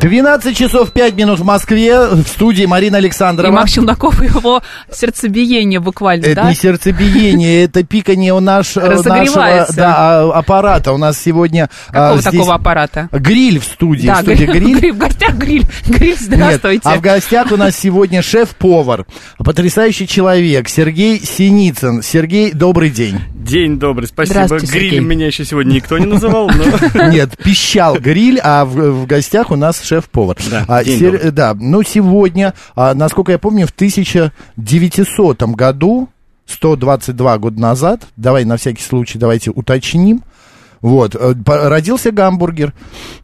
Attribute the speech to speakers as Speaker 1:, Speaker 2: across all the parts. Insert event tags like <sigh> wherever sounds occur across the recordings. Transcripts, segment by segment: Speaker 1: 12 часов 5 минут в Москве, в студии Марина Александрова.
Speaker 2: И Макс Челноков, и его сердцебиение буквально,
Speaker 1: Это
Speaker 2: да?
Speaker 1: не а,
Speaker 2: <laughs>
Speaker 1: сердцебиение, это пикание у наш, э, нашего
Speaker 2: Разогревается.
Speaker 1: да, а, аппарата. У нас сегодня а,
Speaker 2: Какого
Speaker 1: здесь
Speaker 2: такого аппарата?
Speaker 1: гриль в студии. в студии
Speaker 2: гри-
Speaker 1: гриль.
Speaker 2: <laughs> гриль, в гостях гриль. Гриль,
Speaker 1: Нет,
Speaker 2: здравствуйте.
Speaker 1: а в гостях у нас сегодня шеф-повар, потрясающий человек Сергей Синицын. Сергей, добрый день.
Speaker 3: День добрый, спасибо.
Speaker 2: Здравствуйте, Сергей.
Speaker 3: Гриль меня еще сегодня никто не называл,
Speaker 2: <laughs>
Speaker 3: но...
Speaker 1: <laughs> Нет, пищал гриль, а в, в гостях у нас шеф-повар.
Speaker 3: Да,
Speaker 1: А,
Speaker 3: день
Speaker 1: сер-
Speaker 3: добрый.
Speaker 1: да, ну сегодня, а, насколько я помню, в 1900 году, 122 года назад, давай на всякий случай давайте уточним, вот, э, по- родился гамбургер,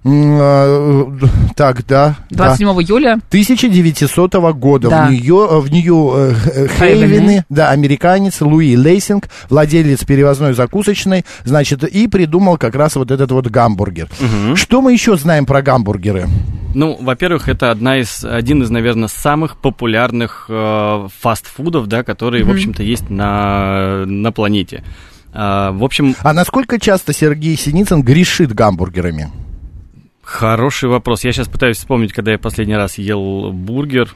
Speaker 1: М, э, так, да, да.
Speaker 2: 27 июля
Speaker 1: 1900 года
Speaker 2: Да.
Speaker 1: в нее в нее Хейвены,
Speaker 2: Хейвены.
Speaker 1: да, американец Луи Лейсинг, владелец перевозной закусочной, значит, и придумал как раз вот этот вот гамбургер. Что мы еще знаем про гамбургеры?
Speaker 3: Ну, во-первых, это одна из, один из, наверное, самых популярных э, фастфудов, да, которые, в общем-то, есть на, на планете. А, в общем,
Speaker 1: А насколько часто Сергей Синицын грешит гамбургерами?
Speaker 3: хороший вопрос. Я сейчас пытаюсь вспомнить, когда я последний раз ел бургер.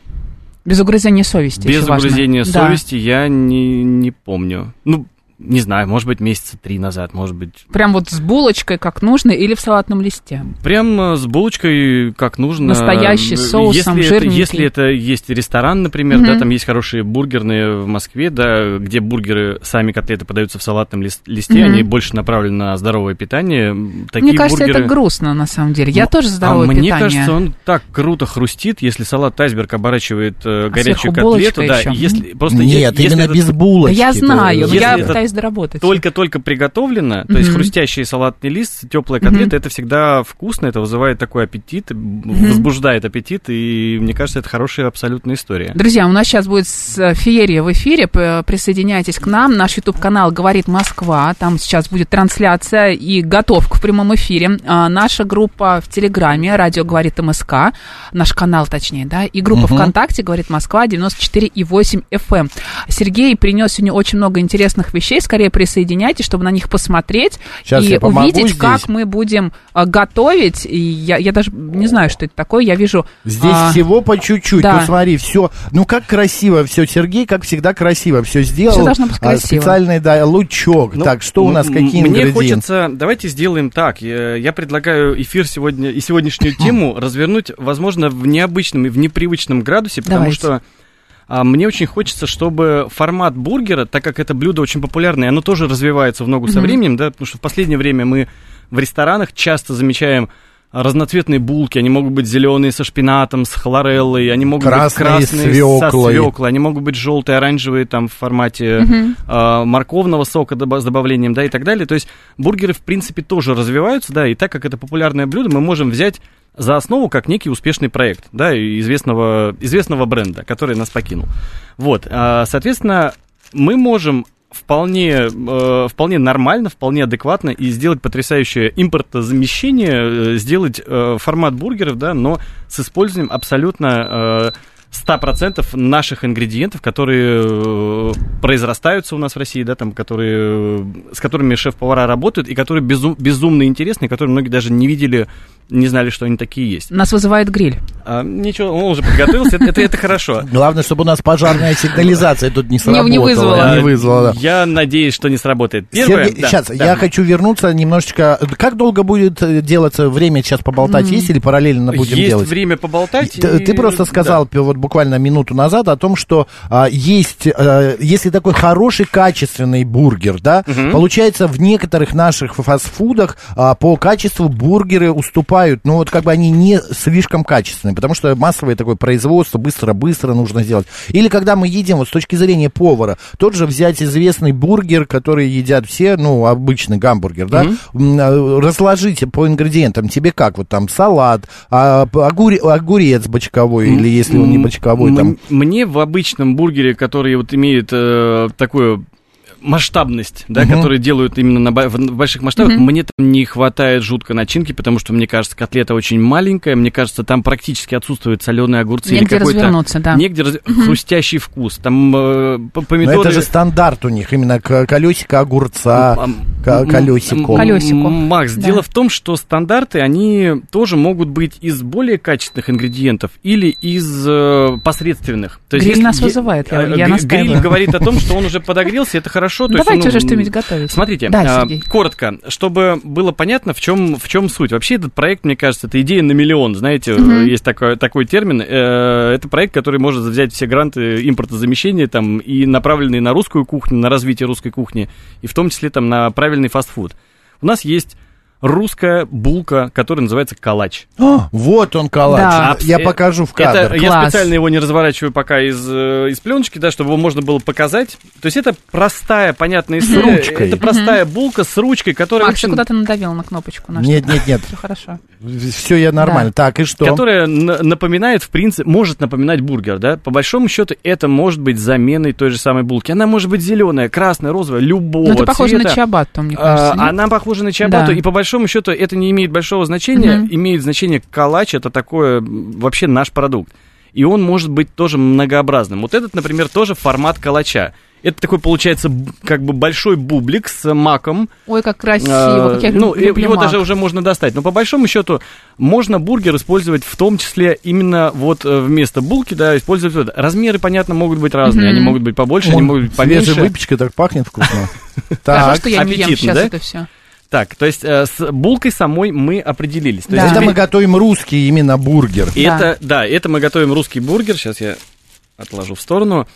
Speaker 2: без угрызения совести.
Speaker 3: Без
Speaker 2: очень важно.
Speaker 3: угрызения
Speaker 2: Да.
Speaker 3: совести я не, не помню. Ну, не знаю, может быть, месяца три назад, может быть.
Speaker 2: Прям вот с булочкой, как нужно, или в салатном листе.
Speaker 3: Прям э, с булочкой, как нужно.
Speaker 2: Настоящий,
Speaker 3: Э,
Speaker 2: с соусом,
Speaker 3: если это,
Speaker 2: жирненький.
Speaker 3: если это есть ресторан, например,
Speaker 2: Мгм.
Speaker 3: да, там есть хорошие бургерные в Москве, да, где бургеры, сами котлеты подаются в салатном лис- листе,
Speaker 2: Мгм.
Speaker 3: они больше направлены на здоровое питание. М, Такие
Speaker 2: Мне кажется,
Speaker 3: бургеры...
Speaker 2: это грустно, на самом деле. Я
Speaker 3: Ну,
Speaker 2: тоже за здоровое
Speaker 3: а мне
Speaker 2: питание.
Speaker 3: кажется, он так круто хрустит, если салат айсберг оборачивает э, горячую
Speaker 2: сверху
Speaker 3: котлету,
Speaker 2: булочка
Speaker 3: да,
Speaker 2: еще.
Speaker 3: и если просто е-
Speaker 1: Нет,
Speaker 3: если
Speaker 1: именно
Speaker 3: это
Speaker 1: без булочки.
Speaker 2: я знаю, но
Speaker 3: Если
Speaker 2: я
Speaker 3: это
Speaker 2: пытаюсь доработать.
Speaker 3: только-только приготовлено, то есть
Speaker 2: Мгм.
Speaker 3: хрустящий салатный лист, теплая котлета, это всегда вкусно, это вызывает такой аппетит, м, возбуждает аппетит, и мне кажется, это хорошая абсолютная история.
Speaker 2: Друзья, у нас сейчас будет с- э, феерия в эфире. П- э, Присоединяйтесь к нам. Наш YouTube-канал «Говорит Москва». Там сейчас будет трансляция и готовка в прямом эфире. А, Наша группа в Телеграме «Радио говорит МСК». Наш канал, точнее, да. И группа ВКонтакте «Говорит Москва» 94,8 FM. эм». Сергей принес сегодня очень много интересных вещей. Скорее присоединяйтесь, чтобы на них посмотреть
Speaker 1: Сейчас
Speaker 2: и
Speaker 1: я помогу
Speaker 2: увидеть,
Speaker 1: здесь.
Speaker 2: как мы будем а, готовить. И я, я даже не знаю, что это такое. Я вижу...
Speaker 1: Здесь
Speaker 2: а,
Speaker 1: всего по чуть-чуть.
Speaker 2: да.
Speaker 1: Ну смотри, все. Ну как красиво все, Сергей, как всегда красиво все сделал.
Speaker 2: Всё должно быть
Speaker 1: А,
Speaker 2: красиво.
Speaker 1: Специальный да, лучок.
Speaker 3: Ну,
Speaker 1: так, что у
Speaker 3: м-
Speaker 1: нас
Speaker 3: м-
Speaker 1: какие
Speaker 3: Мне
Speaker 1: ингредиенты?
Speaker 3: хочется, давайте сделаем так. Я, я предлагаю эфир сегодня и
Speaker 1: <laughs>
Speaker 3: сегодняшнюю тему развернуть, возможно, в необычном и в непривычном градусе, потому
Speaker 2: Давайте.
Speaker 3: что а, мне очень хочется, чтобы формат бургера, так как это блюдо очень популярное, оно тоже развивается в ногу со
Speaker 2: Мгм.
Speaker 3: временем, да, потому что в последнее время мы в ресторанах часто замечаем а, разноцветные булки, они могут быть зеленые со шпинатом, с хлореллой, они могут
Speaker 1: Красные
Speaker 3: быть
Speaker 1: с
Speaker 3: красные со
Speaker 1: свеклой.
Speaker 3: свеклой, они могут быть желтые, оранжевые там в формате
Speaker 2: Мгм.
Speaker 3: а, морковного сока доба- с добавлением, да, и так далее. То есть бургеры, в принципе, тоже развиваются, да, и так как это популярное блюдо, мы можем взять за основу как некий успешный проект, да, и известного, известного бренда, который нас покинул. Вот, а, соответственно, мы можем вполне, э, вполне нормально, вполне адекватно и сделать потрясающее импортозамещение, э, сделать э, формат бургеров, да, но с использованием абсолютно э, 100% наших ингредиентов, которые э, произрастаются у нас в России, да, там, которые, э, с которыми шеф-повара работают, и которые безу- безумно интересны, и которые многие даже не видели, не знали, что они такие есть.
Speaker 2: Нас вызывает гриль.
Speaker 3: А, ничего, он уже подготовился, это- это это хорошо.
Speaker 1: Главное, чтобы у нас пожарная сигнализация тут не сработала.
Speaker 2: вызвала.
Speaker 1: Не вызвала, да.
Speaker 3: А, Я надеюсь, что не сработает. Первое, да,
Speaker 1: сейчас,
Speaker 3: да.
Speaker 1: я хочу вернуться немножечко. Как долго будет э, делаться время сейчас поболтать? Есть или параллельно будем
Speaker 3: Есть
Speaker 1: делать?
Speaker 3: время поболтать.
Speaker 1: Ты, э,
Speaker 3: и-
Speaker 1: ты просто сказал пи- вот буквально минуту назад о том, что а, есть, э, если такой хороший качественный бургер, да, получается в некоторых наших фастфудах а, по качеству бургеры уступают, ну вот как бы они не слишком качественные, потому что массовое такое производство быстро-быстро нужно сделать. Или когда мы едим, вот с точки зрения повара, тот же взять известный бургер, который едят все, ну обычный гамбургер, да, м, а, разложите по ингредиентам, тебе как, вот там салат, а, п- огуре- огурец бочковой, или если он не
Speaker 3: М,
Speaker 1: бочковой,
Speaker 3: м-
Speaker 1: там
Speaker 3: Мне в обычном бургере, который вот имеет э, такую масштабность, да, которые делают именно на, ба- в в больших масштабах, мне там не хватает жутко начинки, потому что, мне кажется, котлета очень маленькая, мне кажется, там практически отсутствуют соленые огурцы. или
Speaker 2: Негде
Speaker 3: какой-то-
Speaker 2: развернуться, да.
Speaker 3: Негде раз- хрустящий вкус, там э, п-
Speaker 1: Но
Speaker 3: помидоры...
Speaker 1: это же стандарт у них, именно к- колесико огурца,
Speaker 3: Ам,
Speaker 1: к-
Speaker 3: м,
Speaker 1: колесико.
Speaker 3: м,
Speaker 2: Колесико.
Speaker 3: Макс,
Speaker 2: Да.
Speaker 3: дело в том, что стандарты, они тоже могут быть из более качественных ингредиентов или из э, посредственных. То
Speaker 2: Гриль
Speaker 3: если
Speaker 2: нас
Speaker 3: е-
Speaker 2: вызывает, я-
Speaker 3: э,
Speaker 2: я
Speaker 3: гри-
Speaker 2: настаиваю.
Speaker 3: Гриль говорит о том,
Speaker 2: <laughs>
Speaker 3: что он уже подогрелся, это хорошо. то есть,
Speaker 2: Давайте
Speaker 3: ну,
Speaker 2: уже что-нибудь готовить.
Speaker 3: Смотрите,
Speaker 2: Да,
Speaker 3: а,
Speaker 2: Сергей.
Speaker 3: коротко, чтобы было понятно, в чем, в чем суть. Вообще этот проект, мне кажется, это идея на миллион, знаете, э,
Speaker 2: Мгм.
Speaker 3: есть такой, такой термин. Э, Это проект, который может взять все гранты импортозамещения там, и направленные на русскую кухню, на развитие русской кухни, и в том числе там, на правильный фастфуд. У нас есть русская булка, которая называется калач.
Speaker 1: А, вот он калач.
Speaker 2: Да.
Speaker 1: Я покажу в
Speaker 3: э, Это,
Speaker 1: кадр.
Speaker 3: я
Speaker 2: Класс.
Speaker 3: специально его не разворачиваю пока из, э, из пленочки, да, чтобы его можно было показать. То есть это простая, понятная история.
Speaker 1: ручкой.
Speaker 3: Это простая булка с ручкой, которая...
Speaker 2: Макс, ты
Speaker 3: очень-
Speaker 2: куда-то надавил на кнопочку нашу.
Speaker 1: Нет, нет, нет.
Speaker 2: Все хорошо.
Speaker 1: Все, я нормально. Так, и что?
Speaker 3: Которая на- напоминает, в принципе, может напоминать бургер, да? По большому счету, это может быть заменой той же самой булки. Она может быть зеленая, красная, розовая, любого
Speaker 2: Ну, это похоже на
Speaker 3: цвета.
Speaker 2: чиабатту, мне
Speaker 3: А,
Speaker 2: кажется. нет?
Speaker 3: Она похожа на чиабату,
Speaker 2: Да.
Speaker 3: и по большому счету это не имеет большого значения.
Speaker 2: Мгм.
Speaker 3: Имеет значение калач, это такое м, вообще наш продукт. И он может быть тоже многообразным. Вот этот, например, тоже формат калача. Это такой, получается, б- как бы большой бублик с маком.
Speaker 2: Ой, как
Speaker 3: Э,
Speaker 2: красиво, как я
Speaker 3: ну, и-
Speaker 2: люблю
Speaker 3: его
Speaker 2: мак.
Speaker 3: даже уже можно достать. Но по большому счету можно бургер использовать в том числе именно вот э, вместо булки, да, использовать вот это. Размеры, понятно, могут быть разные. Они
Speaker 2: Мгм.
Speaker 3: могут быть побольше,
Speaker 1: Он
Speaker 3: они могут быть поменьше. А
Speaker 1: Свежая выпечка так пахнет
Speaker 3: <laughs>
Speaker 1: вкусно.
Speaker 2: Хорошо,
Speaker 1: Так,
Speaker 2: что я не ем
Speaker 3: аппетитно,
Speaker 2: сейчас
Speaker 3: да?
Speaker 2: это все.
Speaker 3: Так, то есть э, с булкой самой мы определились. То
Speaker 2: Да.
Speaker 3: есть
Speaker 1: это
Speaker 3: теперь-
Speaker 1: мы готовим русский именно бургер.
Speaker 3: И
Speaker 2: Да.
Speaker 3: это, да, это мы готовим русский бургер. Сейчас я отложу в сторону.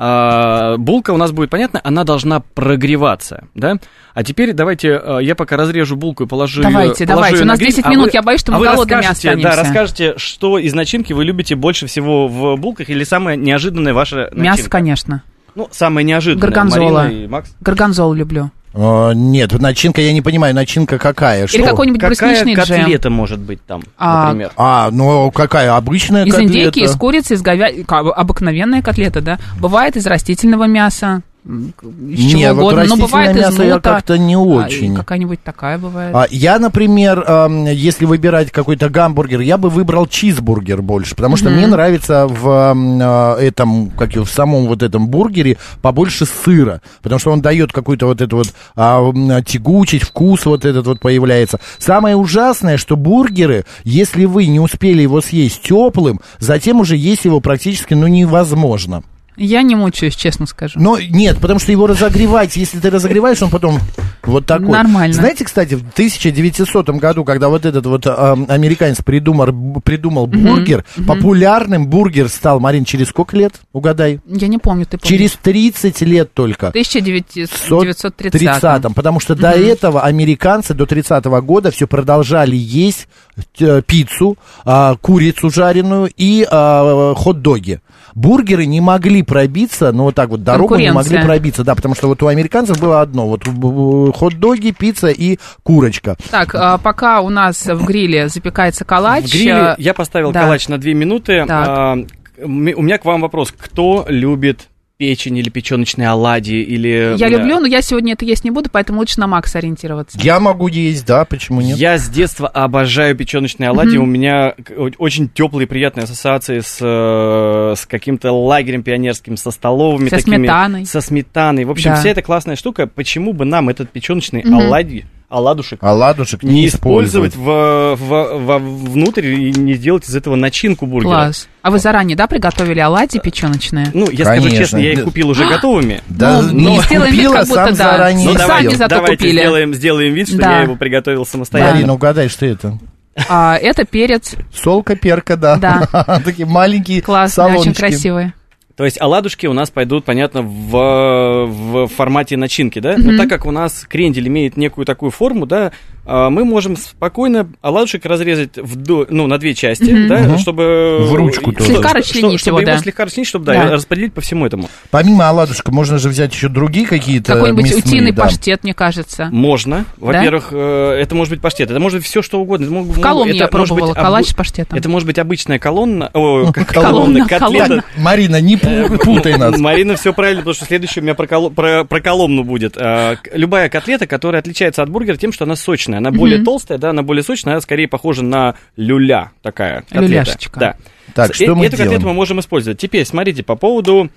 Speaker 3: А, булка у нас будет понятно, она должна прогреваться, да? А теперь давайте э, я пока разрежу булку и положу
Speaker 2: Давайте,
Speaker 3: ее.
Speaker 2: давайте. У нас 10
Speaker 3: А
Speaker 2: минут, я боюсь, что мы голодными
Speaker 3: Да,
Speaker 2: останемся.
Speaker 3: расскажите, что из начинки вы любите больше всего в булках или самая неожиданная ваша начинка?
Speaker 2: Мясо, конечно.
Speaker 3: Ну, самая неожиданная.
Speaker 2: Горгонзола.
Speaker 3: Марина и Макс.
Speaker 2: Горгонзолу люблю.
Speaker 1: Э, Нет, начинка, я не понимаю, начинка какая?
Speaker 2: Или
Speaker 1: Что?
Speaker 2: какой-нибудь брусничный
Speaker 3: Какая
Speaker 2: джем.
Speaker 3: котлета может быть там,
Speaker 2: А,
Speaker 3: например?
Speaker 1: А, ну какая обычная
Speaker 2: Из
Speaker 1: котлета?
Speaker 2: индейки, из курицы, из говядины. Обыкновенная котлета, да. Бывает из растительного мяса. м, Из чего
Speaker 1: Не, вот
Speaker 2: угодно. Но
Speaker 1: растительное
Speaker 2: бывает из
Speaker 1: мясо я
Speaker 2: нута.
Speaker 1: как-то не
Speaker 2: А, и
Speaker 1: очень.
Speaker 2: Какая-нибудь такая бывает.
Speaker 1: А, Я, например, эм, если выбирать какой-то гамбургер, я бы выбрал чизбургер больше, потому что мне нравится в эм, э, этом, как его, в самом вот этом бургере побольше сыра, потому что он дает какую-то вот эту вот а, м, тягучесть, вкус вот этот вот появляется. Самое ужасное, что бургеры, если вы не успели его съесть теплым, затем уже есть его практически, ну, невозможно.
Speaker 2: Я не мучаюсь, честно скажу.
Speaker 1: Но нет, потому что его разогревать, если ты разогреваешь, он потом вот такой.
Speaker 2: Нормально.
Speaker 1: Знаете, кстати, в 1900 году, когда вот этот вот эм, американец придумал, придумал бургер, популярным бургер стал, Марин, через сколько лет? Угадай.
Speaker 2: Я не помню, ты помнишь.
Speaker 1: Через 30 лет только.
Speaker 2: В 1930
Speaker 1: 30-м, потому что до этого американцы до 30-го года все продолжали есть э, пиццу, а, курицу жареную и а, хот-доги. Бургеры не могли пробиться, ну вот так вот дорогу не могли
Speaker 2: Конкуренция.
Speaker 1: пробиться, да, потому что вот у американцев было одно, вот б- б- хот-доги, пицца и курочка.
Speaker 2: Так, а, пока у нас в гриле запекается калач.
Speaker 3: В гриле
Speaker 2: э,
Speaker 3: я поставил
Speaker 2: да.
Speaker 3: калач на 2 минуты.
Speaker 2: Так.
Speaker 3: А, м- у меня к вам вопрос. Кто любит печень или печеночные оладьи? Или,
Speaker 2: Я
Speaker 3: э,
Speaker 2: люблю, но я сегодня это есть не буду, поэтому лучше на Макс ориентироваться.
Speaker 1: Я могу есть, да, почему нет?
Speaker 3: Я с детства обожаю печеночные оладьи. У меня к- о- очень теплые приятные ассоциации с, э, с каким-то лагерем пионерским, со столовыми
Speaker 2: Со
Speaker 3: такими.
Speaker 2: сметаной.
Speaker 3: Со сметаной. В общем,
Speaker 2: Да.
Speaker 3: вся эта классная штука. Почему бы нам этот печеночный
Speaker 2: Мгм.
Speaker 3: оладьи, оладушек
Speaker 1: А ладушек не,
Speaker 3: не использовать в, в- во- внутрь и не сделать из этого начинку бургера?
Speaker 2: Класс. А вы заранее, да, приготовили оладьи печеночные?
Speaker 1: Э,
Speaker 3: Ну, я скажу
Speaker 1: Конечно.
Speaker 3: честно, я их купил
Speaker 2: А!
Speaker 3: уже готовыми.
Speaker 1: Да,
Speaker 2: Ну,
Speaker 1: не
Speaker 2: ну, сделаем вид,
Speaker 1: купила,
Speaker 2: как будто
Speaker 1: сам
Speaker 2: да.
Speaker 1: заранее
Speaker 2: Ну,
Speaker 1: съел.
Speaker 2: давайте
Speaker 3: давайте,
Speaker 2: зато
Speaker 3: давайте
Speaker 2: купили.
Speaker 3: сделаем, сделаем вид, что
Speaker 2: Да.
Speaker 3: я его приготовил самостоятельно.
Speaker 1: Марина, угадай, что это?
Speaker 2: А, это перец.
Speaker 1: Солка, перка, да.
Speaker 2: Да.
Speaker 1: <laughs> Такие маленькие
Speaker 2: Классные,
Speaker 1: салончики.
Speaker 2: очень красивые.
Speaker 3: То есть оладушки у нас пойдут, понятно, в, в формате начинки, да? Но так как у нас крендель имеет некую такую форму, да, а, а, мы можем спокойно оладушек разрезать вдо- ну, на две части,
Speaker 2: Мгм.
Speaker 3: да,
Speaker 1: Мгм.
Speaker 3: чтобы...
Speaker 1: В ручку тоже.
Speaker 2: Слегка
Speaker 3: что-
Speaker 2: расчленить
Speaker 3: чтобы
Speaker 2: его,
Speaker 3: его
Speaker 2: да.
Speaker 3: слегка расчленить, чтобы, да,
Speaker 2: Да.
Speaker 3: и распределить по всему этому.
Speaker 1: Помимо оладушка, можно же взять еще другие какие-то
Speaker 2: Какой-нибудь
Speaker 1: мясные,
Speaker 2: утиный
Speaker 1: да.
Speaker 2: паштет, мне кажется.
Speaker 3: Можно.
Speaker 2: Да?
Speaker 3: Во-первых, э, это может быть паштет, это может быть все что угодно. Это мог-
Speaker 2: В
Speaker 3: мог-
Speaker 2: Коломне
Speaker 3: это
Speaker 2: я
Speaker 3: может
Speaker 2: пробовала
Speaker 3: быть обу-
Speaker 2: калач с паштетом.
Speaker 3: Это может быть обычная колонна, о, к-
Speaker 2: Колонна,
Speaker 3: колонна,
Speaker 2: колонна.
Speaker 3: котлета.
Speaker 1: Марина, не
Speaker 3: Э,
Speaker 1: пу- Э, путай нас.
Speaker 3: Марина все правильно, потому что следующее у меня про, коло- про, про колонну будет. А, к- Любая котлета, которая отличается от бургера тем, что она сочная. Она более
Speaker 2: Мгм.
Speaker 3: толстая, да, она более сочная, она скорее похожа на люля такая. котлета.
Speaker 2: Люляшечка.
Speaker 3: Да.
Speaker 1: Так,
Speaker 3: Э-
Speaker 1: что мы
Speaker 3: Эту котлету мы
Speaker 1: делаем?
Speaker 3: можем использовать. Теперь, смотрите, по поводу...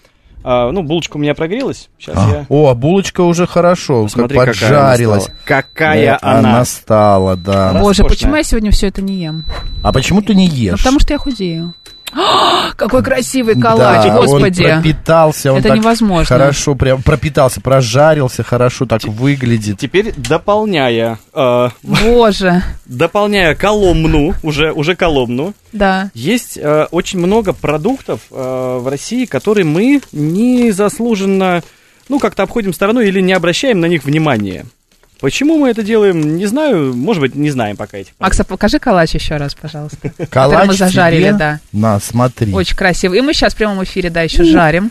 Speaker 3: а, Ну, булочка у меня прогрелась. Сейчас
Speaker 1: А,
Speaker 3: я...
Speaker 1: О, булочка уже хорошо, как
Speaker 3: Смотри, какая
Speaker 1: поджарилась.
Speaker 3: она стала. Какая
Speaker 1: Да,
Speaker 3: она.
Speaker 1: стала, да.
Speaker 2: Боже,
Speaker 3: роскошная.
Speaker 2: почему я сегодня все это не ем?
Speaker 1: А почему ты не ешь?
Speaker 2: Ну, потому что я худею. А, <gasps> Какой красивый калач,
Speaker 1: Да,
Speaker 2: господи.
Speaker 1: Он пропитался, он
Speaker 2: Это
Speaker 1: так
Speaker 2: невозможно.
Speaker 1: Хорошо, прям пропитался, прожарился, хорошо так выглядит.
Speaker 3: Теперь дополняя, э,
Speaker 2: Боже,
Speaker 3: дополняя коломну, уже, уже коломну,
Speaker 2: <laughs> да.
Speaker 3: Есть э, очень много продуктов э, в России, которые мы незаслуженно, ну, как-то обходим стороной или не обращаем на них внимания. Почему мы это делаем, не знаю, может быть, не знаем пока этих продуктов.
Speaker 2: Акса, покажи калач еще раз, пожалуйста.
Speaker 1: Калач
Speaker 2: мы зажарили,
Speaker 1: тебе?
Speaker 2: да.
Speaker 1: На, смотри.
Speaker 2: Очень красиво. И мы сейчас в прямом эфире, да, еще жарим.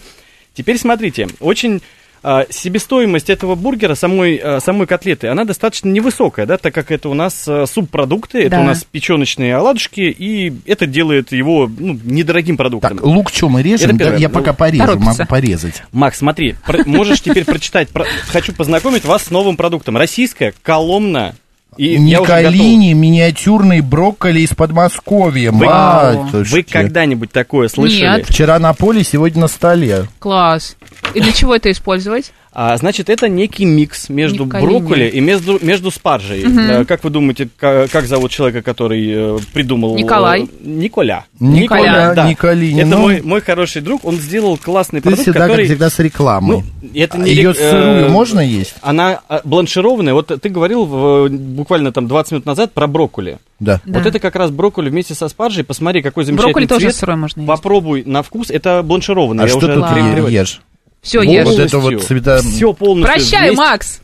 Speaker 3: Теперь смотрите, очень э, себестоимость этого бургера, самой, э, самой котлеты, она достаточно невысокая, да, так как это у нас э, субпродукты, это
Speaker 2: Да.
Speaker 3: у нас печеночные оладушки, и это делает его ну, недорогим продуктом.
Speaker 1: Так, лук что мы режем?
Speaker 3: Это
Speaker 1: Да,
Speaker 3: первое.
Speaker 1: я пока порежу,
Speaker 2: торопится.
Speaker 1: могу порезать.
Speaker 3: Макс, смотри, про- можешь теперь прочитать. про- Хочу познакомить вас с новым продуктом. Российская коломна. И я уже готов.
Speaker 1: Николини, миниатюрный брокколи из Подмосковья.
Speaker 3: Вы-
Speaker 1: Матушки.
Speaker 3: Вы когда-нибудь такое слышали?
Speaker 2: Нет.
Speaker 1: Вчера на поле, сегодня на столе.
Speaker 2: Класс. И для чего это использовать?
Speaker 3: А, значит, это некий микс между
Speaker 2: Николини.
Speaker 3: брокколи и между, между спаржей. Э, Как вы думаете, ка- как, зовут человека, который э, придумал... э,
Speaker 2: Николай.
Speaker 3: Николя.
Speaker 1: Николя, Николини,
Speaker 3: Это
Speaker 1: ну.
Speaker 3: мой, мой хороший друг, он сделал классный
Speaker 1: Ты
Speaker 3: продукт,
Speaker 1: всегда,
Speaker 3: который...
Speaker 1: как всегда, с
Speaker 3: ну,
Speaker 1: рекламой.
Speaker 3: это не
Speaker 1: Ее
Speaker 3: рек- э,
Speaker 1: сырую можно есть?
Speaker 3: Она а, бланшированная. Вот ты говорил в- буквально там 20 минут назад про брокколи.
Speaker 1: Да.
Speaker 2: Да.
Speaker 3: Вот это как раз брокколи вместе со спаржей. Посмотри, какой замечательный
Speaker 2: Брокколи тоже
Speaker 3: цвет.
Speaker 2: сырой можно есть.
Speaker 3: Попробуй на вкус. Это бланшированное.
Speaker 1: А что тут
Speaker 2: Ладно.
Speaker 1: е- ешь?
Speaker 2: Все,
Speaker 1: Вот
Speaker 2: ешь.
Speaker 1: это вот цвета-
Speaker 3: Все полностью.
Speaker 2: Прощай,
Speaker 3: вместе.
Speaker 2: Макс.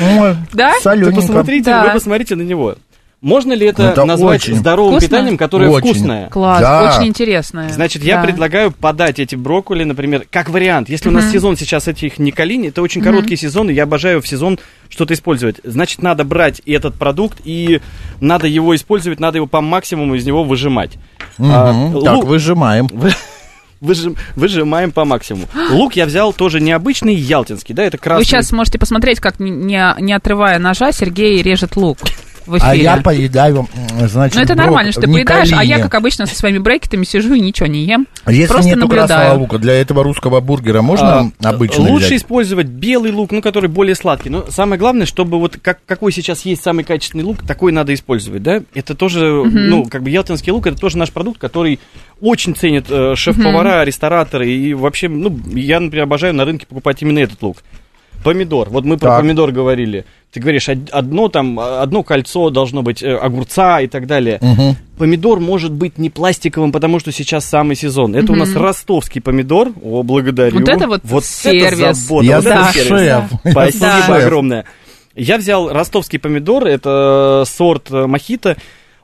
Speaker 1: Ой,
Speaker 2: Да?
Speaker 3: Вы
Speaker 1: Солененько.
Speaker 3: посмотрите,
Speaker 2: Да.
Speaker 3: вы посмотрите на него. Можно ли это,
Speaker 1: Ну, Это
Speaker 3: назвать
Speaker 1: очень
Speaker 3: здоровым
Speaker 2: вкусно.
Speaker 3: питанием, которое
Speaker 1: Очень.
Speaker 3: вкусное?
Speaker 2: Класс,
Speaker 1: Да.
Speaker 2: очень интересно.
Speaker 3: Значит, я
Speaker 2: Э, Да.
Speaker 3: предлагаю подать эти брокколи, например, как вариант. Если у нас сезон сейчас этих николини, это очень короткий сезон, и я обожаю в сезон что-то использовать. Значит, надо брать и этот продукт, и надо его использовать, надо его по максимуму из него выжимать. А,
Speaker 1: Мгм.
Speaker 3: лук-
Speaker 1: Так,
Speaker 3: <laughs>
Speaker 1: выжимаем.
Speaker 3: Вы- выжим- выжимаем по максимуму. Лук я взял тоже необычный, ялтинский, да, это красный.
Speaker 2: Вы сейчас можете посмотреть, как не- не не отрывая ножа, Сергей режет лук в
Speaker 1: А я
Speaker 2: эфире.
Speaker 1: поедаю, м, значит,
Speaker 2: Ну, это нормально,
Speaker 1: брок-
Speaker 2: что ты поедаешь, а я,
Speaker 1: Николини.
Speaker 2: как обычно, со своими брекетами сижу и ничего не ем.
Speaker 1: Если
Speaker 2: просто
Speaker 1: нету красного
Speaker 2: наблюдаю.
Speaker 1: лука, для этого русского бургера можно
Speaker 3: А,
Speaker 1: обычно
Speaker 3: Лучше
Speaker 1: взять?
Speaker 3: использовать белый лук, ну, который более сладкий. Но самое главное, чтобы вот как, какой сейчас есть самый качественный лук, такой надо использовать, да? Это тоже, ну, как бы ялтинский лук, это тоже наш продукт, который очень ценят э, шеф-повара, рестораторы. И вообще, ну, я, например, обожаю на рынке покупать именно этот лук. Помидор. Вот мы про
Speaker 1: Так.
Speaker 3: помидор говорили. Ты говоришь, од- одно там, э, одно кольцо должно быть э, огурца и так далее.
Speaker 1: Мгм.
Speaker 3: Помидор может быть не пластиковым, потому что сейчас самый сезон. Это у нас ростовский помидор. О, благодарю.
Speaker 2: Вот это вот
Speaker 3: Это
Speaker 2: сервис.
Speaker 3: забота,
Speaker 1: Я
Speaker 3: вот это
Speaker 2: да.
Speaker 3: сервис.
Speaker 1: шеф. Я
Speaker 3: Спасибо
Speaker 1: шеф.
Speaker 3: огромное. Я взял ростовский помидор, это сорт э, мохито.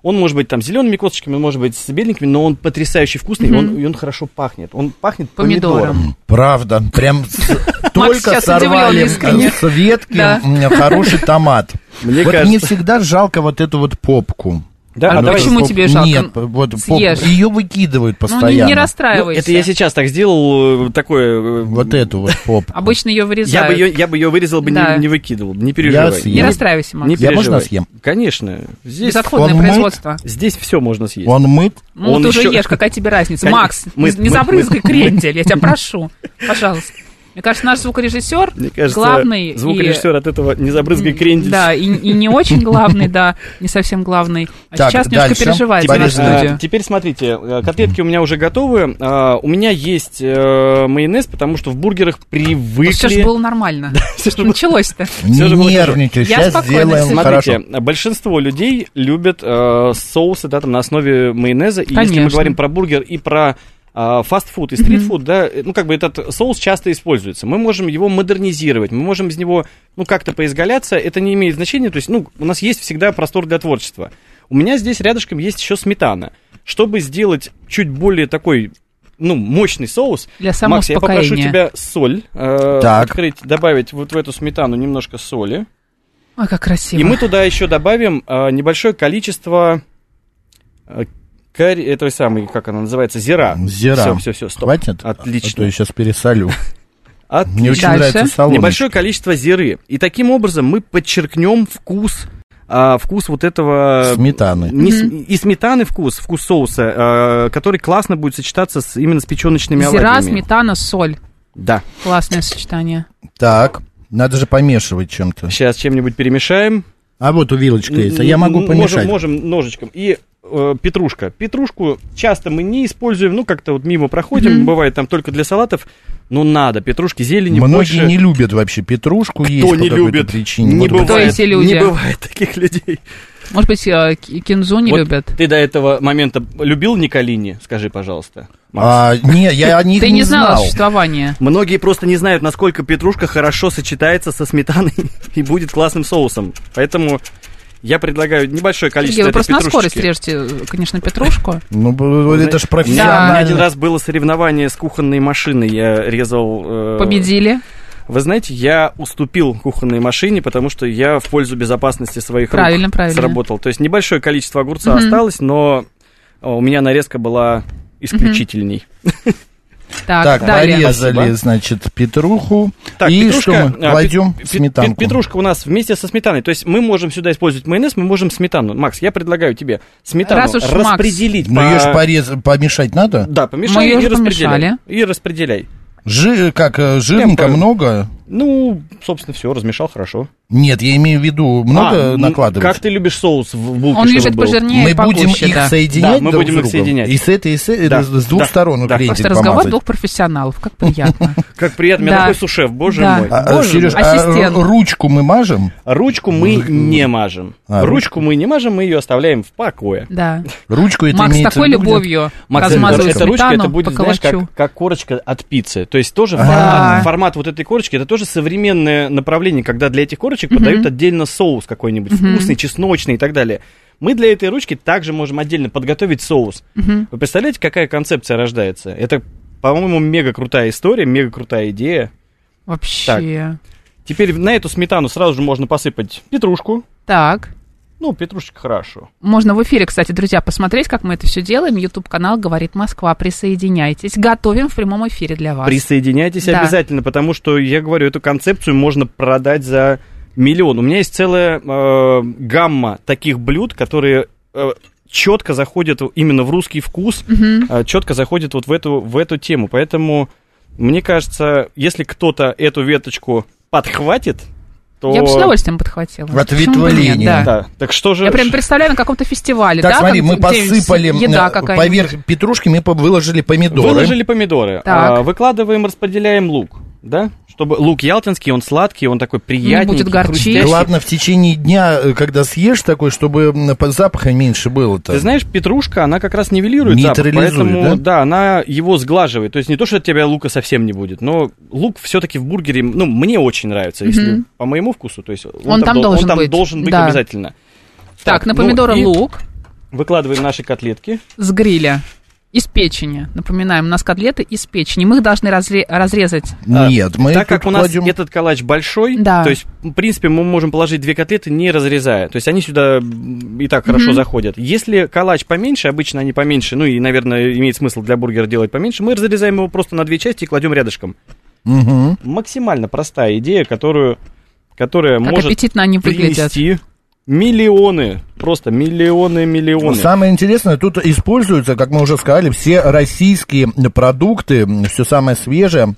Speaker 3: Он может быть там с зелеными косточками, он может быть с беленькими, но он потрясающе вкусный, и, он, и он хорошо пахнет. Он пахнет помидором.
Speaker 2: Помидором.
Speaker 1: Правда,
Speaker 2: <laughs>
Speaker 1: прям с- только
Speaker 2: сейчас
Speaker 1: сорвали
Speaker 2: удивлен искренне.
Speaker 1: э, с ветки
Speaker 2: Да.
Speaker 1: м, э, хороший томат.
Speaker 3: Мне
Speaker 1: Вот мне
Speaker 3: кажется.
Speaker 1: всегда жалко вот эту вот попку.
Speaker 3: Да,
Speaker 2: А
Speaker 3: а
Speaker 1: Вот
Speaker 3: давай-
Speaker 2: почему
Speaker 1: эту
Speaker 2: тебе жалко?
Speaker 1: Нет, вот
Speaker 2: Съешь.
Speaker 1: ее выкидывают
Speaker 2: Ну, не,
Speaker 1: постоянно.
Speaker 2: не
Speaker 3: Ну,
Speaker 2: расстраивайся.
Speaker 3: это я сейчас так сделал, э, такое... э,
Speaker 1: Вот эту вот попку.
Speaker 2: Обычно ее
Speaker 3: Я бы
Speaker 2: вырезают.
Speaker 3: ее, я бы ее вырезал бы, не-
Speaker 2: Да.
Speaker 3: не, выкидывал, бы, не переживай.
Speaker 1: съем.
Speaker 2: Не
Speaker 1: Ну,
Speaker 2: расстраивайся, Макс.
Speaker 3: Не
Speaker 1: Я можно
Speaker 3: переживай.
Speaker 1: съем?
Speaker 3: Конечно. Здесь,
Speaker 2: Безотходное
Speaker 1: он мыт.
Speaker 2: производство.
Speaker 3: здесь все можно съесть.
Speaker 1: Он мыт?
Speaker 2: Ну,
Speaker 3: Он
Speaker 2: ты уже
Speaker 3: еще-
Speaker 2: ешь, какая тебе разница?
Speaker 3: Кон-
Speaker 2: Макс, не-
Speaker 3: мыт,
Speaker 2: не
Speaker 3: мыт,
Speaker 2: забрызгай крендель, я тебя прошу. Пожалуйста. Мне кажется, наш звукорежиссер
Speaker 3: Мне кажется,
Speaker 2: главный. и-
Speaker 3: звукорежиссер от этого не забрызгай крендель.
Speaker 2: Да, и, и не
Speaker 3: <laughs>
Speaker 2: очень главный, да, не совсем главный. А
Speaker 1: Так,
Speaker 2: сейчас немножко
Speaker 1: дальше.
Speaker 2: переживает за
Speaker 1: Теперь,
Speaker 2: нашу
Speaker 1: э,
Speaker 2: студию.
Speaker 3: А, теперь смотрите, э, котлетки у меня уже готовы. А, У меня есть э, майонез, потому что в бургерах привыкли.
Speaker 2: Все же было нормально.
Speaker 3: Всё, что было-
Speaker 2: Началось-то.
Speaker 1: Не
Speaker 3: Всё же будет
Speaker 1: нервничай,
Speaker 2: Я
Speaker 1: сейчас
Speaker 2: спокойна,
Speaker 1: сделаем
Speaker 2: сижу.
Speaker 1: хорошо.
Speaker 3: Ну, Смотрите, большинство людей любят э, соусы да, там, на основе майонеза. И если мы
Speaker 2: Конечно.
Speaker 3: говорим про бургер и про а, фастфуд и стритфуд, да, э, ну, как бы этот соус часто используется. Мы можем его модернизировать, мы можем из него, ну, как-то поизгаляться, это не имеет значения, то есть, ну, у нас есть всегда простор для творчества. У меня здесь рядышком есть еще сметана. Чтобы сделать чуть более такой, ну, мощный соус,
Speaker 2: Для
Speaker 3: Макс, я попрошу
Speaker 2: самоуспокоения.
Speaker 3: тебя соль э,
Speaker 1: Так.
Speaker 3: открыть, добавить вот в эту сметану немножко соли.
Speaker 2: Ой, как красиво.
Speaker 3: И мы туда еще добавим э, небольшое количество э, карри, этой самой, как она называется, зира.
Speaker 1: Зира.
Speaker 3: Все, все, все, стоп.
Speaker 1: Хватит? А то
Speaker 3: Отлично.
Speaker 1: я сейчас
Speaker 2: <laughs>
Speaker 1: пересолю.
Speaker 3: Отлично.
Speaker 1: Мне очень
Speaker 2: Дальше.
Speaker 1: нравится салон.
Speaker 3: Небольшое количество зиры. И таким образом мы подчеркнем вкус, а, вкус вот этого...
Speaker 1: Сметаны.
Speaker 3: не с- и сметаны вкус, вкус соуса, а, который классно будет сочетаться с, именно с печеночными
Speaker 2: Зира,
Speaker 3: оладьями.
Speaker 2: сметана, соль.
Speaker 3: Да.
Speaker 2: Классное сочетание.
Speaker 1: Так, надо же помешивать чем-то.
Speaker 3: Сейчас чем-нибудь перемешаем.
Speaker 1: А вот у вилочка есть, а я
Speaker 3: М-
Speaker 1: могу
Speaker 3: м-
Speaker 1: помешать.
Speaker 3: Можем, можем ножичком. И э, петрушка. Петрушку часто мы не используем, ну как-то вот мимо проходим,
Speaker 2: Мгм.
Speaker 3: бывает там только для салатов. Но надо, петрушки, зелени
Speaker 1: Многие
Speaker 3: больше.
Speaker 1: не любят вообще петрушку есть
Speaker 3: Кто
Speaker 1: по
Speaker 3: не
Speaker 1: какой-то
Speaker 3: любит?
Speaker 1: причине.
Speaker 3: Не
Speaker 1: Вот
Speaker 2: Кто
Speaker 3: бывает,
Speaker 2: эти люди?
Speaker 3: не бывает таких людей.
Speaker 2: Может быть, э, к- кинзу не
Speaker 3: Вот
Speaker 2: любят?
Speaker 3: Ты до этого момента любил Николини? Скажи, пожалуйста. Макс.
Speaker 1: А, не, я о них
Speaker 2: Ты не знала
Speaker 1: знал.
Speaker 2: существования.
Speaker 3: Многие просто не знают, насколько петрушка хорошо сочетается со сметаной <laughs> и будет классным соусом. Поэтому я предлагаю небольшое количество
Speaker 2: Сергей, вы
Speaker 3: этой
Speaker 2: просто на
Speaker 3: петрушечки. Э,
Speaker 2: скорость режете, э,
Speaker 3: <laughs>
Speaker 2: конечно, петрушку.
Speaker 1: Ну, б- это же
Speaker 3: У меня
Speaker 1: профессионально.
Speaker 3: один раз было соревнование с кухонной машиной. Я резал... э,
Speaker 2: Победили.
Speaker 3: Вы знаете, я уступил кухонной машине, потому что я в пользу безопасности своих рук
Speaker 2: Правильно, правильно.
Speaker 3: сработал. То есть небольшое количество огурца
Speaker 2: Мгм.
Speaker 3: осталось, но э, у меня нарезка была исключительней.
Speaker 2: Так,
Speaker 1: Так,
Speaker 2: далее.
Speaker 1: порезали,
Speaker 3: Спасибо.
Speaker 1: значит, петруху.
Speaker 3: Так,
Speaker 1: и
Speaker 3: петрушка,
Speaker 1: что мы
Speaker 3: а, пе-
Speaker 1: кладем?
Speaker 3: пе-
Speaker 1: Сметанку.
Speaker 3: пе- Петрушка у нас вместе со сметаной. То есть мы можем сюда использовать майонез, мы можем сметану. Макс, я предлагаю тебе сметану
Speaker 2: Раз уж Макс-
Speaker 3: распределить.
Speaker 1: Ну,
Speaker 3: по-
Speaker 1: ее же порез- помешать надо.
Speaker 3: Да,
Speaker 2: Мы
Speaker 3: помешай
Speaker 2: её
Speaker 3: и
Speaker 2: же
Speaker 3: распределяй.
Speaker 2: помешали.
Speaker 3: И распределяй.
Speaker 1: Жи- как, э, жирненько
Speaker 3: Темпо.
Speaker 1: много?
Speaker 3: Ну, собственно, все, размешал хорошо.
Speaker 1: Нет, я имею в виду, много
Speaker 3: А, м,
Speaker 1: накладывать?
Speaker 3: Как ты любишь соус в- в булке,
Speaker 2: Он
Speaker 3: чтобы
Speaker 2: лежит
Speaker 3: был?
Speaker 2: пожирнее
Speaker 1: мы
Speaker 2: и
Speaker 1: будем
Speaker 2: погуще,
Speaker 1: их
Speaker 2: да.
Speaker 1: соединять
Speaker 3: Да, мы
Speaker 1: друг
Speaker 3: будем
Speaker 1: с
Speaker 3: их
Speaker 1: другом.
Speaker 3: соединять.
Speaker 1: И с этой, и с, этой,
Speaker 3: Да,
Speaker 1: с двух
Speaker 3: да,
Speaker 1: сторон
Speaker 3: да.
Speaker 1: клиентик
Speaker 2: Просто разговор
Speaker 1: помазать.
Speaker 2: двух профессионалов. Как
Speaker 3: <laughs>
Speaker 2: приятно.
Speaker 3: Как приятно,
Speaker 2: Да.
Speaker 3: меня такой сушеф, боже
Speaker 2: Да.
Speaker 3: мой.
Speaker 1: А, а,
Speaker 3: Боже
Speaker 1: Сереж,
Speaker 3: мой.
Speaker 1: а
Speaker 2: Ассистент.
Speaker 1: ру- ручку мы мажем?
Speaker 3: Ручку мы не мажем.
Speaker 1: А,
Speaker 3: ручку мы не мажем, мы ее оставляем в покое.
Speaker 2: Да.
Speaker 1: Ручку это
Speaker 2: Макс с
Speaker 1: имеется
Speaker 2: такой
Speaker 1: в виду, где-
Speaker 2: любовью
Speaker 1: Макс,
Speaker 2: размазывает
Speaker 3: это ручка, это
Speaker 2: сметану по
Speaker 3: будет, знаешь,
Speaker 2: калачу.
Speaker 3: как, как корочка от пиццы. То есть тоже
Speaker 1: А.
Speaker 3: формат, формат вот этой корочки, это тоже современное направление, когда для этих корочек подают отдельно соус какой-нибудь
Speaker 2: Мгм.
Speaker 3: вкусный, чесночный и так далее. Мы для этой ручки также можем отдельно подготовить соус.
Speaker 2: Мгм.
Speaker 3: Вы представляете, какая концепция рождается? Это, по-моему, мега крутая история, мега крутая идея.
Speaker 2: Вообще.
Speaker 3: Теперь на эту сметану сразу же можно посыпать петрушку.
Speaker 2: Так.
Speaker 3: Ну, петрушечка хорошо.
Speaker 2: Можно в эфире, кстати, друзья, посмотреть, как мы это все делаем. Ютуб-канал «Говорит Москва». Присоединяйтесь. Готовим в прямом эфире для вас.
Speaker 3: Присоединяйтесь
Speaker 2: А Да.
Speaker 3: обязательно, потому что, я говорю, эту концепцию можно продать за миллион. У меня есть целая э, гамма таких блюд, которые четко заходят именно в русский вкус,
Speaker 2: Мгм.
Speaker 3: четко заходят вот в эту, в эту тему. Поэтому, мне кажется, если кто-то эту веточку подхватит, то...
Speaker 2: Я бы с удовольствием подхватила.
Speaker 1: В
Speaker 2: Почему бы нет,
Speaker 1: ответвление.
Speaker 2: да.
Speaker 3: Да, так что же...
Speaker 2: Я прям представляю на каком-то фестивале,
Speaker 1: Так,
Speaker 2: да?
Speaker 1: смотри,
Speaker 2: как
Speaker 1: мы
Speaker 2: где-нибудь
Speaker 1: посыпали
Speaker 2: Еда
Speaker 1: э,
Speaker 2: какая-нибудь.
Speaker 1: поверх петрушки, мы по- выложили помидоры.
Speaker 3: Выложили помидоры.
Speaker 2: Так.
Speaker 3: А, выкладываем, распределяем лук. Да? Чтобы лук ялтинский, он сладкий, он такой приятный.
Speaker 2: горчить.
Speaker 1: Главное, в течение дня, э, когда съешь такой, чтобы м, по- запаха меньше было-то.
Speaker 3: Ты знаешь, петрушка, она как раз нивелирует запах,
Speaker 1: Нейтрализует,
Speaker 3: поэтому
Speaker 1: да?
Speaker 3: да? она его сглаживает. То есть не то, что от тебя лука совсем не будет, но лук все-таки в бургере, ну, мне очень нравится, если
Speaker 2: Мгм.
Speaker 3: по моему вкусу. То есть он,
Speaker 2: Он там
Speaker 3: дол-
Speaker 2: должен
Speaker 3: там
Speaker 2: быть,
Speaker 3: должен быть
Speaker 2: да.
Speaker 3: обязательно.
Speaker 2: Так, на
Speaker 3: ну
Speaker 2: помидоры
Speaker 3: и
Speaker 2: лук
Speaker 3: Выкладываем наши котлетки.
Speaker 2: с гриля. Из печени. Напоминаем, у нас котлеты из печени. Мы их должны разре- разрезать.
Speaker 1: Нет, мы
Speaker 3: а, так
Speaker 1: тут
Speaker 3: как у нас
Speaker 1: кладем-
Speaker 3: этот калач большой,
Speaker 2: Да.
Speaker 3: то есть, в принципе, мы можем положить две котлеты, не разрезая. То есть они сюда м, и так хорошо
Speaker 2: Мгм.
Speaker 3: заходят. Если калач поменьше, обычно они поменьше, ну и, наверное, имеет смысл для бургера делать поменьше, мы разрезаем его просто на две части и кладем рядышком.
Speaker 1: Мгм.
Speaker 3: максимально простая идея, которую, которая
Speaker 2: Как
Speaker 3: может
Speaker 2: аппетитно они выглядят.
Speaker 3: принести миллионы, просто миллионы, миллионы.
Speaker 1: Самое интересное, тут используются, как мы уже сказали, все российские продукты, все самое свежее.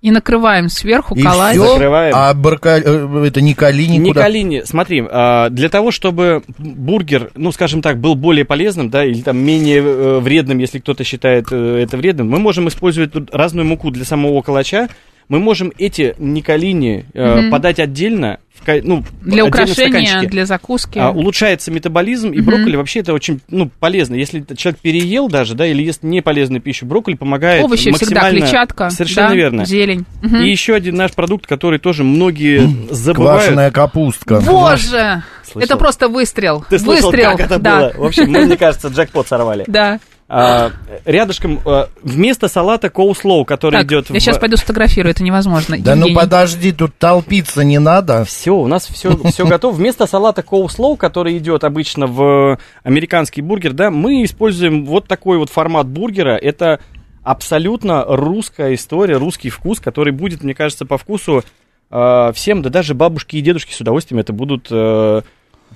Speaker 2: И накрываем сверху
Speaker 1: И
Speaker 2: калач.
Speaker 1: всё.
Speaker 3: Закрываем.
Speaker 1: А барка- э, это не кали никуда.
Speaker 3: Николини, смотри, а, для того, чтобы бургер, ну, скажем так, был более полезным, да, или там менее э, вредным, если кто-то считает э, это вредным, мы можем использовать тут разную муку для самого калача, мы можем эти николини э,
Speaker 2: Мгм.
Speaker 3: подать отдельно, в ка- ну, отдельно
Speaker 2: Для
Speaker 3: в
Speaker 2: украшения,
Speaker 3: стаканчике.
Speaker 2: для закуски.
Speaker 3: А, улучшается метаболизм, и
Speaker 2: Мгм.
Speaker 3: брокколи вообще это очень ну, полезно. Если это человек переел даже, да, или ест неполезную пищу, брокколи помогает
Speaker 2: Овощи всегда,
Speaker 3: максимально...
Speaker 2: клетчатка.
Speaker 3: Совершенно
Speaker 2: да,
Speaker 3: верно.
Speaker 2: Зелень. Мгм.
Speaker 3: И еще один наш продукт, который тоже многие забывают.
Speaker 1: Квашеная капустка.
Speaker 2: Боже!
Speaker 3: Слышал?
Speaker 2: Это просто выстрел.
Speaker 3: Ты слышал,
Speaker 2: выстрел.
Speaker 3: как это
Speaker 2: да.
Speaker 3: было? В общем, мы, мне кажется, джекпот сорвали.
Speaker 2: Да.
Speaker 3: А, рядышком а, вместо салата коуслоу, который
Speaker 2: Так,
Speaker 3: идет
Speaker 2: я сейчас пойду сфотографирую, это невозможно.
Speaker 1: Да ну
Speaker 2: Евгений.
Speaker 1: подожди, тут толпиться не надо.
Speaker 3: Все, у нас все, все готово. Вместо салата коуслоу, который идет обычно в американский бургер, да, мы используем вот такой вот формат бургера. Это абсолютно русская история, русский вкус, который будет, мне кажется, по вкусу э, всем, да даже бабушки и дедушки с удовольствием это будут э,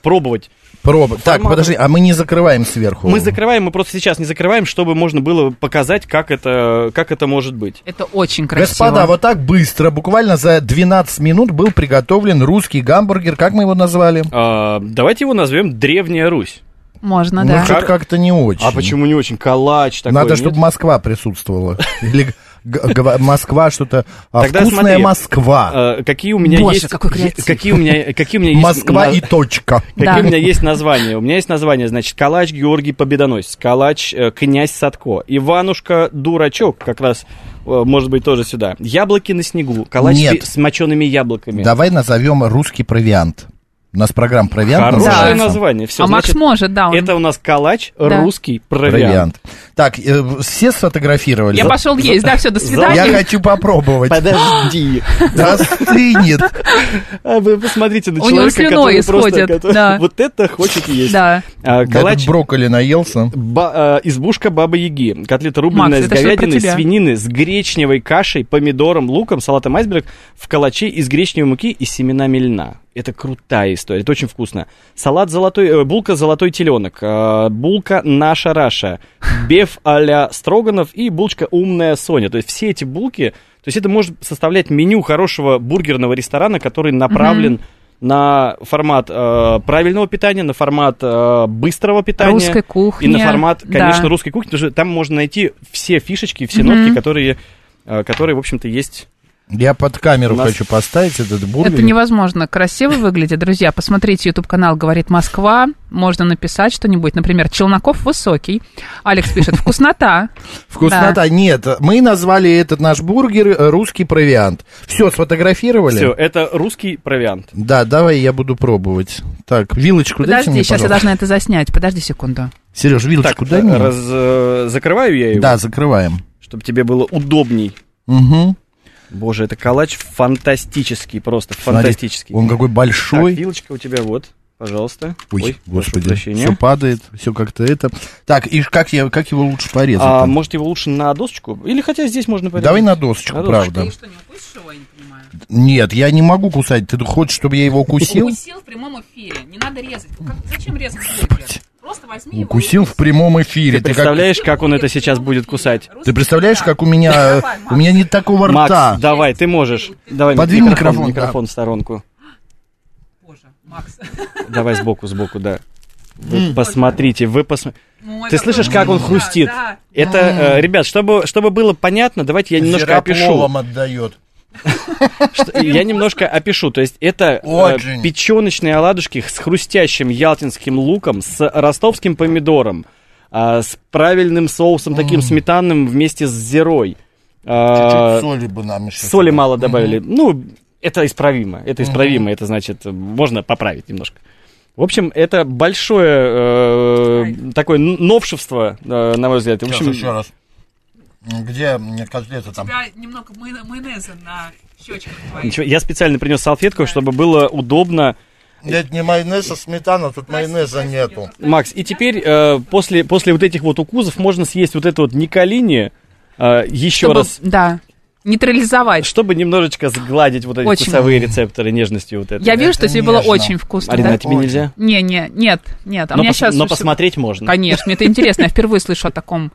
Speaker 3: пробовать.
Speaker 1: Проба. Так,
Speaker 3: Формат.
Speaker 1: подожди, а мы не закрываем сверху.
Speaker 3: Мы закрываем, мы просто сейчас не закрываем, чтобы можно было показать, как это, как это может быть.
Speaker 2: Это очень красиво.
Speaker 1: Господа, вот так быстро, буквально за 12 минут был приготовлен русский гамбургер. Как мы его назвали?
Speaker 3: А, давайте его назовем Древняя Русь.
Speaker 2: Можно,
Speaker 1: ну,
Speaker 2: да.
Speaker 1: что-то как-то не очень.
Speaker 3: А почему не очень? Калач такой.
Speaker 1: Надо,
Speaker 3: нет?
Speaker 1: чтобы Москва
Speaker 3: <laughs>
Speaker 1: присутствовала. Или г- г- Москва что-то... а,
Speaker 3: Тогда
Speaker 1: Вкусная
Speaker 3: смотри.
Speaker 1: Москва.
Speaker 3: Э, какие у меня
Speaker 2: Боже,
Speaker 3: есть...
Speaker 2: какой креатив.
Speaker 3: Какие у меня, какие у меня есть...
Speaker 1: Москва
Speaker 3: на-
Speaker 1: и точка.
Speaker 2: Да.
Speaker 3: Какие у меня есть названия? У меня есть название, значит, Калач Георгий Победоносец, Калач э, Князь Садко, Иванушка Дурачок, как раз, э, может быть, тоже сюда, Яблоки на снегу, Калач
Speaker 1: Нет.
Speaker 3: с- с мочеными яблоками.
Speaker 1: Давай назовем русский провиант. У нас программа провиант
Speaker 3: Хорошее
Speaker 1: называется.
Speaker 3: название. Все,
Speaker 2: а Макс может, да. он-
Speaker 3: это у нас Калач
Speaker 2: Да.
Speaker 3: Русский Провиант.
Speaker 1: Провиант. Так, э, все сфотографировали?
Speaker 2: Я пошел есть, да, все, до
Speaker 1: Я
Speaker 2: свидания.
Speaker 1: хочу попробовать.
Speaker 2: <gasps>
Speaker 3: Подожди.
Speaker 1: Застынет.
Speaker 3: А Вы посмотрите на
Speaker 2: У него
Speaker 3: человека,
Speaker 2: слюной
Speaker 3: который просто...
Speaker 2: исходит,
Speaker 3: который-
Speaker 2: да.
Speaker 3: Вот это хочет есть.
Speaker 2: Да.
Speaker 3: А,
Speaker 1: Этот
Speaker 3: Калач
Speaker 1: брокколи наелся.
Speaker 3: Ба- э, избушка Бабы Яги. Котлета
Speaker 2: Макс,
Speaker 3: рубленная с
Speaker 2: это всё про
Speaker 3: говядиной,
Speaker 2: тебя.
Speaker 3: свинины, с гречневой кашей, помидором, луком, салатом айсберг, в калаче из гречневой муки и семенами льна. Это крутая история, это очень вкусно. Салат золотой, э, булка золотой теленок, э, булка наша Раша, беф а-ля Строганов и булочка умная Соня. То есть все эти булки, то есть это может составлять меню хорошего бургерного ресторана, который направлен на формат э, правильного питания, на формат э, быстрого питания.
Speaker 2: Русской кухни.
Speaker 3: И на формат, конечно,
Speaker 2: да.
Speaker 3: русской кухни, потому что там можно найти все фишечки, все
Speaker 2: Мгм.
Speaker 3: нотки, которые, э, которые, в общем-то, есть.
Speaker 1: Я под камеру
Speaker 3: У нас-
Speaker 1: хочу поставить этот бургер.
Speaker 2: Это невозможно красиво выглядит, друзья. Посмотрите YouTube-канал «Говорит Москва». Можно написать что-нибудь. Например, «Челноков высокий». Алекс пишет «Вкуснота».
Speaker 1: Вкуснота. Нет, мы назвали этот наш бургер э, русский провиант. Все, сфотографировали?
Speaker 3: Все, это русский провиант.
Speaker 1: Да, давай я буду пробовать. Так, вилочку дайте
Speaker 2: Подожди,
Speaker 1: мне,
Speaker 2: сейчас я
Speaker 1: пожалуйста.
Speaker 2: должна это заснять. Подожди секунду.
Speaker 1: Сереж, вилочку дай мне.
Speaker 3: раз, э, закрываю я его,
Speaker 1: Да, закрываем.
Speaker 3: чтобы тебе было удобней.
Speaker 1: Угу.
Speaker 3: Боже, это калач фантастический, просто фантастический.
Speaker 1: Он какой
Speaker 3: Так,
Speaker 1: большой.
Speaker 3: вилочка у тебя вот, пожалуйста.
Speaker 1: Ой,
Speaker 3: прошу
Speaker 1: господи,
Speaker 3: прощения.
Speaker 1: все падает, все как-то это. Так, и как, я, как его лучше порезать?
Speaker 3: А,
Speaker 1: там?
Speaker 3: может, его лучше на досочку? Или хотя здесь можно порезать.
Speaker 1: Давай на досочку,
Speaker 3: На досочку.
Speaker 1: правда.
Speaker 2: что, не укусишь я не понимаю?
Speaker 1: Нет, я не могу кусать. Ты хочешь, чтобы я его укусил?
Speaker 2: в прямом эфире. Не надо резать. зачем резать бургер? Просто возьми
Speaker 1: Укусил в прямом эфире.
Speaker 3: Ты представляешь, как он это сейчас будет кусать?
Speaker 1: Ты представляешь, как у меня... э,
Speaker 2: Давай, Макс.
Speaker 1: У меня нет такого рта.
Speaker 3: Макс, давай, ты можешь. Давай,
Speaker 1: Подвинь микрофон, да.
Speaker 3: микрофон в сторонку.
Speaker 2: Макс.
Speaker 3: Давай сбоку, сбоку, да. Вы посмотрите, вы посмотрите.
Speaker 2: Ну,
Speaker 3: Ты слышишь, как он хрустит? Это, э, ребят, чтобы, чтобы было понятно, давайте я немножко опишу.
Speaker 1: Зверополом отдает.
Speaker 3: Что- Я немножко опишу. То есть это
Speaker 1: Очень.
Speaker 3: печеночные оладушки с хрустящим ялтинским луком, с ростовским помидором, а, с правильным соусом, таким сметанным вместе с зерой. А,
Speaker 1: Чуть-чуть соли бы нам еще.
Speaker 3: соли мало добавили. Ну, это исправимо. Это исправимо, это значит, можно поправить немножко. В общем, это большое э, такое н- новшество, э, на мой взгляд. В
Speaker 1: Сейчас
Speaker 3: общем,
Speaker 1: еще раз. Где мне котлета там?
Speaker 2: немного майонеза на щечках
Speaker 3: ничего, я специально принес салфетку, чтобы было удобно.
Speaker 1: Нет, не майонез, а сметана. Тут майонеза нету.
Speaker 3: Макс, и теперь э, после, после вот этих вот укусов можно съесть вот это вот николини э, еще
Speaker 2: Чтобы-
Speaker 3: раз,
Speaker 2: Да. Нейтрализовать.
Speaker 3: чтобы немножечко сгладить вот эти
Speaker 2: Очень.
Speaker 3: вкусовые рецепторы нежностью вот этой.
Speaker 2: Я вижу, что
Speaker 1: Это
Speaker 2: тебе было
Speaker 1: нежно.
Speaker 2: очень вкусно.
Speaker 3: Марина,
Speaker 2: да?
Speaker 3: а тебе нельзя?
Speaker 2: Не, не, нет, нет. А
Speaker 3: но
Speaker 2: у меня
Speaker 3: пос-
Speaker 2: сейчас...
Speaker 3: но посмотреть можно.
Speaker 2: Конечно, мне это интересно. Я впервые слышу о таком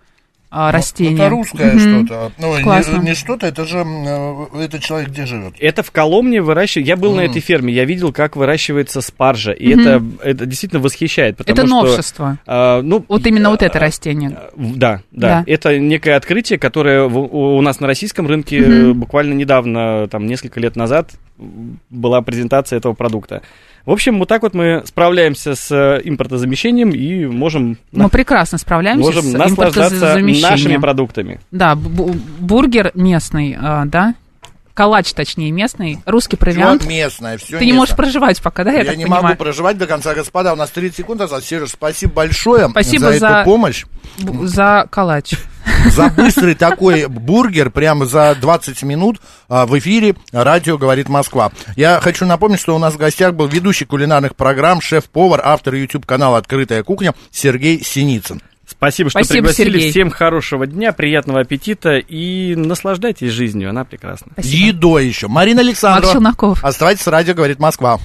Speaker 2: а, растения.
Speaker 1: Ну, Это русское
Speaker 2: Мгм.
Speaker 1: что-то. Ну,
Speaker 2: Классно.
Speaker 1: не, не что-то, это же м, э, это человек где живет.
Speaker 3: Это в Коломне выращивают. Я был на этой ферме, я видел, как выращивается спаржа. И это, это действительно восхищает. Потому
Speaker 2: Это
Speaker 3: что,
Speaker 2: новшество.
Speaker 3: а, ну,
Speaker 2: Вот именно вот это растение.
Speaker 3: э, в- Да, да,
Speaker 2: Да.
Speaker 3: Это некое открытие, которое в- у у нас на российском рынке э, буквально недавно, там несколько лет назад, м, была презентация этого продукта. В общем, вот так вот мы справляемся с э, импортозамещением и можем,
Speaker 2: Мы прекрасно справляемся
Speaker 3: можем
Speaker 2: с
Speaker 3: наслаждаться нашими
Speaker 2: импортозамещением.
Speaker 3: продуктами.
Speaker 2: Да, бу- бу- бургер местный, а, да? Калач, точнее, местный, русский провиант.
Speaker 1: Чувак местное, все
Speaker 2: Ты не можешь проживать пока, да, я,
Speaker 1: Я,
Speaker 2: так
Speaker 1: не
Speaker 2: понимаю?
Speaker 1: могу проживать до конца, господа. У нас 30 секунд осталось. Сереж, спасибо большое
Speaker 2: Спасибо
Speaker 1: за,
Speaker 2: за-
Speaker 1: эту помощь.
Speaker 2: Б- За калач.
Speaker 1: За быстрый такой бургер прямо за 20 минут а, в эфире радио «Говорит Москва». Я хочу напомнить, что у нас в гостях был ведущий кулинарных программ, шеф-повар, автор YouTube-канала «Открытая кухня» Сергей Синицын.
Speaker 3: Спасибо, что
Speaker 2: Спасибо,
Speaker 3: пригласили.
Speaker 2: Сергей.
Speaker 3: Всем хорошего дня, приятного аппетита и наслаждайтесь жизнью, она прекрасна.
Speaker 2: Спасибо.
Speaker 1: Едой еще. Марина
Speaker 2: Макс
Speaker 1: Александрова.
Speaker 2: Челноков.
Speaker 1: Оставайтесь с радио «Говорит Москва».